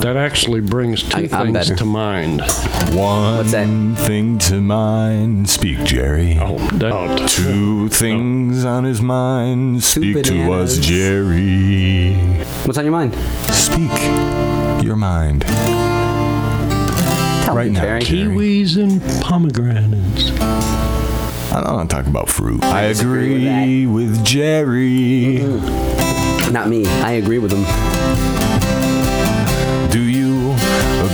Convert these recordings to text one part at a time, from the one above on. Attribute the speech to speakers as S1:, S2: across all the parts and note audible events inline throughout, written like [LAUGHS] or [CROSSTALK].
S1: That actually brings 2
S2: I'm-
S1: things
S2: I'm better.
S1: to mind.
S3: One
S2: that?
S3: thing to mind, speak, Jerry.
S1: Oh, that-
S3: Two things on his mind, speak to
S2: Oh. bananas.
S3: us, Jerry.
S2: What's on your mind?
S3: Speak your mind
S2: Tell
S3: right
S2: me,
S3: now,
S2: Jerry.
S3: Jerry.
S1: Kiwis and pomegranates.
S3: I don't want to talk about fruit. I,
S2: disagree with Mm-hmm.
S3: agree with, Jerry.
S2: Not me. I agree with him.
S3: Do you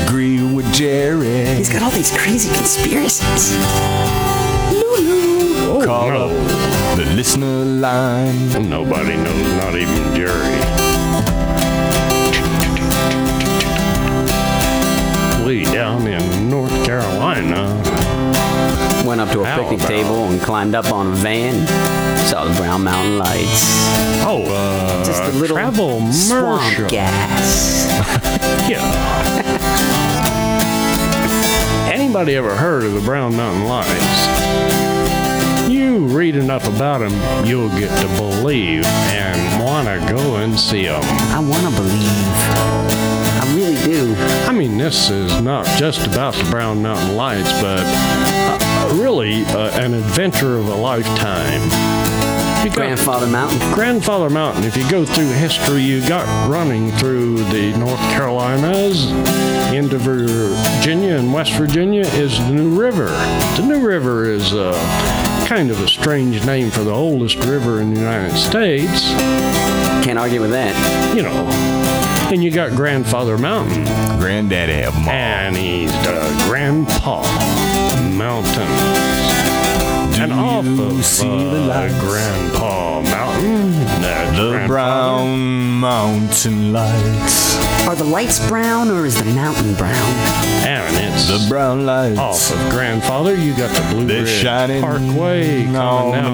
S3: agree with Jerry?
S4: He's got all these crazy conspiracies.
S3: Call up the listener line.
S1: Nobody knows, not even Jerry. Way down in North Carolina.
S2: Went up to a
S1: How
S2: picnic
S1: about-
S2: table and climbed up on a van. Saw the Brown Mountain lights.
S1: Oh, uh,
S2: Just a little
S1: travel
S2: swamp
S1: commercial.
S2: gas.
S1: Yeah. Anybody ever heard of the Brown Mountain Lights? You read enough about them, you'll get to believe and want to go and see them.
S2: I want to believe. I really do.
S1: I mean, this is not just about the Brown Mountain Lights, but uh, really uh, an adventure of a lifetime. You got-
S2: Grandfather Mountain.
S1: Grandfather Mountain, if you go through history, you got running through the North Carolinas into Virginia and West Virginia is the New River. The New River is uh, kind of a strange name for the oldest river in the United States,
S2: Can't argue with that.
S1: you know. And you got Grandfather Mountain,
S3: Granddaddy have mom.
S1: and he's the Grandpa Mountain.
S3: Do
S1: and off
S3: you
S1: of
S3: see
S1: uh,
S3: the lights?
S1: Grandpa Mountain, that's
S3: the
S1: Grandfather-
S3: Brown Mountain Lights.
S4: Are the lights brown or is the mountain brown?
S1: and it's
S3: The Brown
S1: off
S3: Lights.
S1: of Grandfather. You got the Blue
S3: They're
S1: Ridge
S3: shining
S1: Parkway coming
S3: on the
S1: down off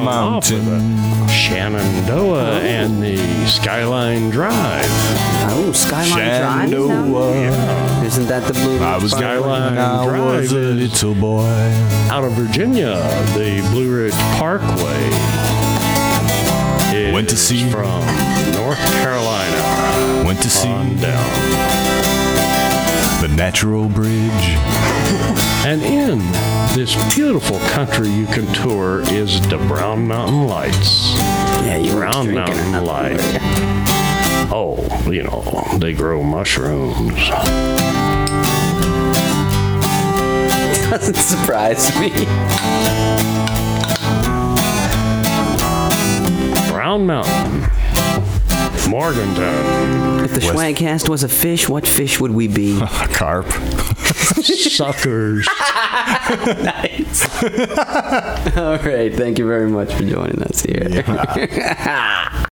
S1: of
S3: mountain.
S1: the Shenandoah and the Skyline Drive.
S2: Oh, Skyline Drive. is down
S3: Shenandoah.
S2: there? Isn't that the blue?
S3: I was
S1: Skyline
S3: going when I
S1: Drive
S3: was a
S1: is-
S3: little boy.
S1: Out of Virginia, the Blue Ridge Parkway. Is
S3: Went to see-
S1: from North Carolina
S3: Went to see
S1: on down
S3: the Natural Bridge. [LAUGHS]
S1: and in this beautiful country you can tour is the Brown Mountain Lights.
S2: Yeah, you were
S1: Brown
S2: drinking
S1: Mountain
S2: another
S1: Light. Oh, you know, they grow mushrooms.
S2: one. [LAUGHS] Doesn't surprise me.
S1: Brown Mountain,
S2: [LAUGHS]
S1: Morgantown,
S2: If the Schwagcast was a fish, what fish would we be?
S3: A carp.
S1: Suckers.
S2: [LAUGHS] All right. Thank you very much for joining us here.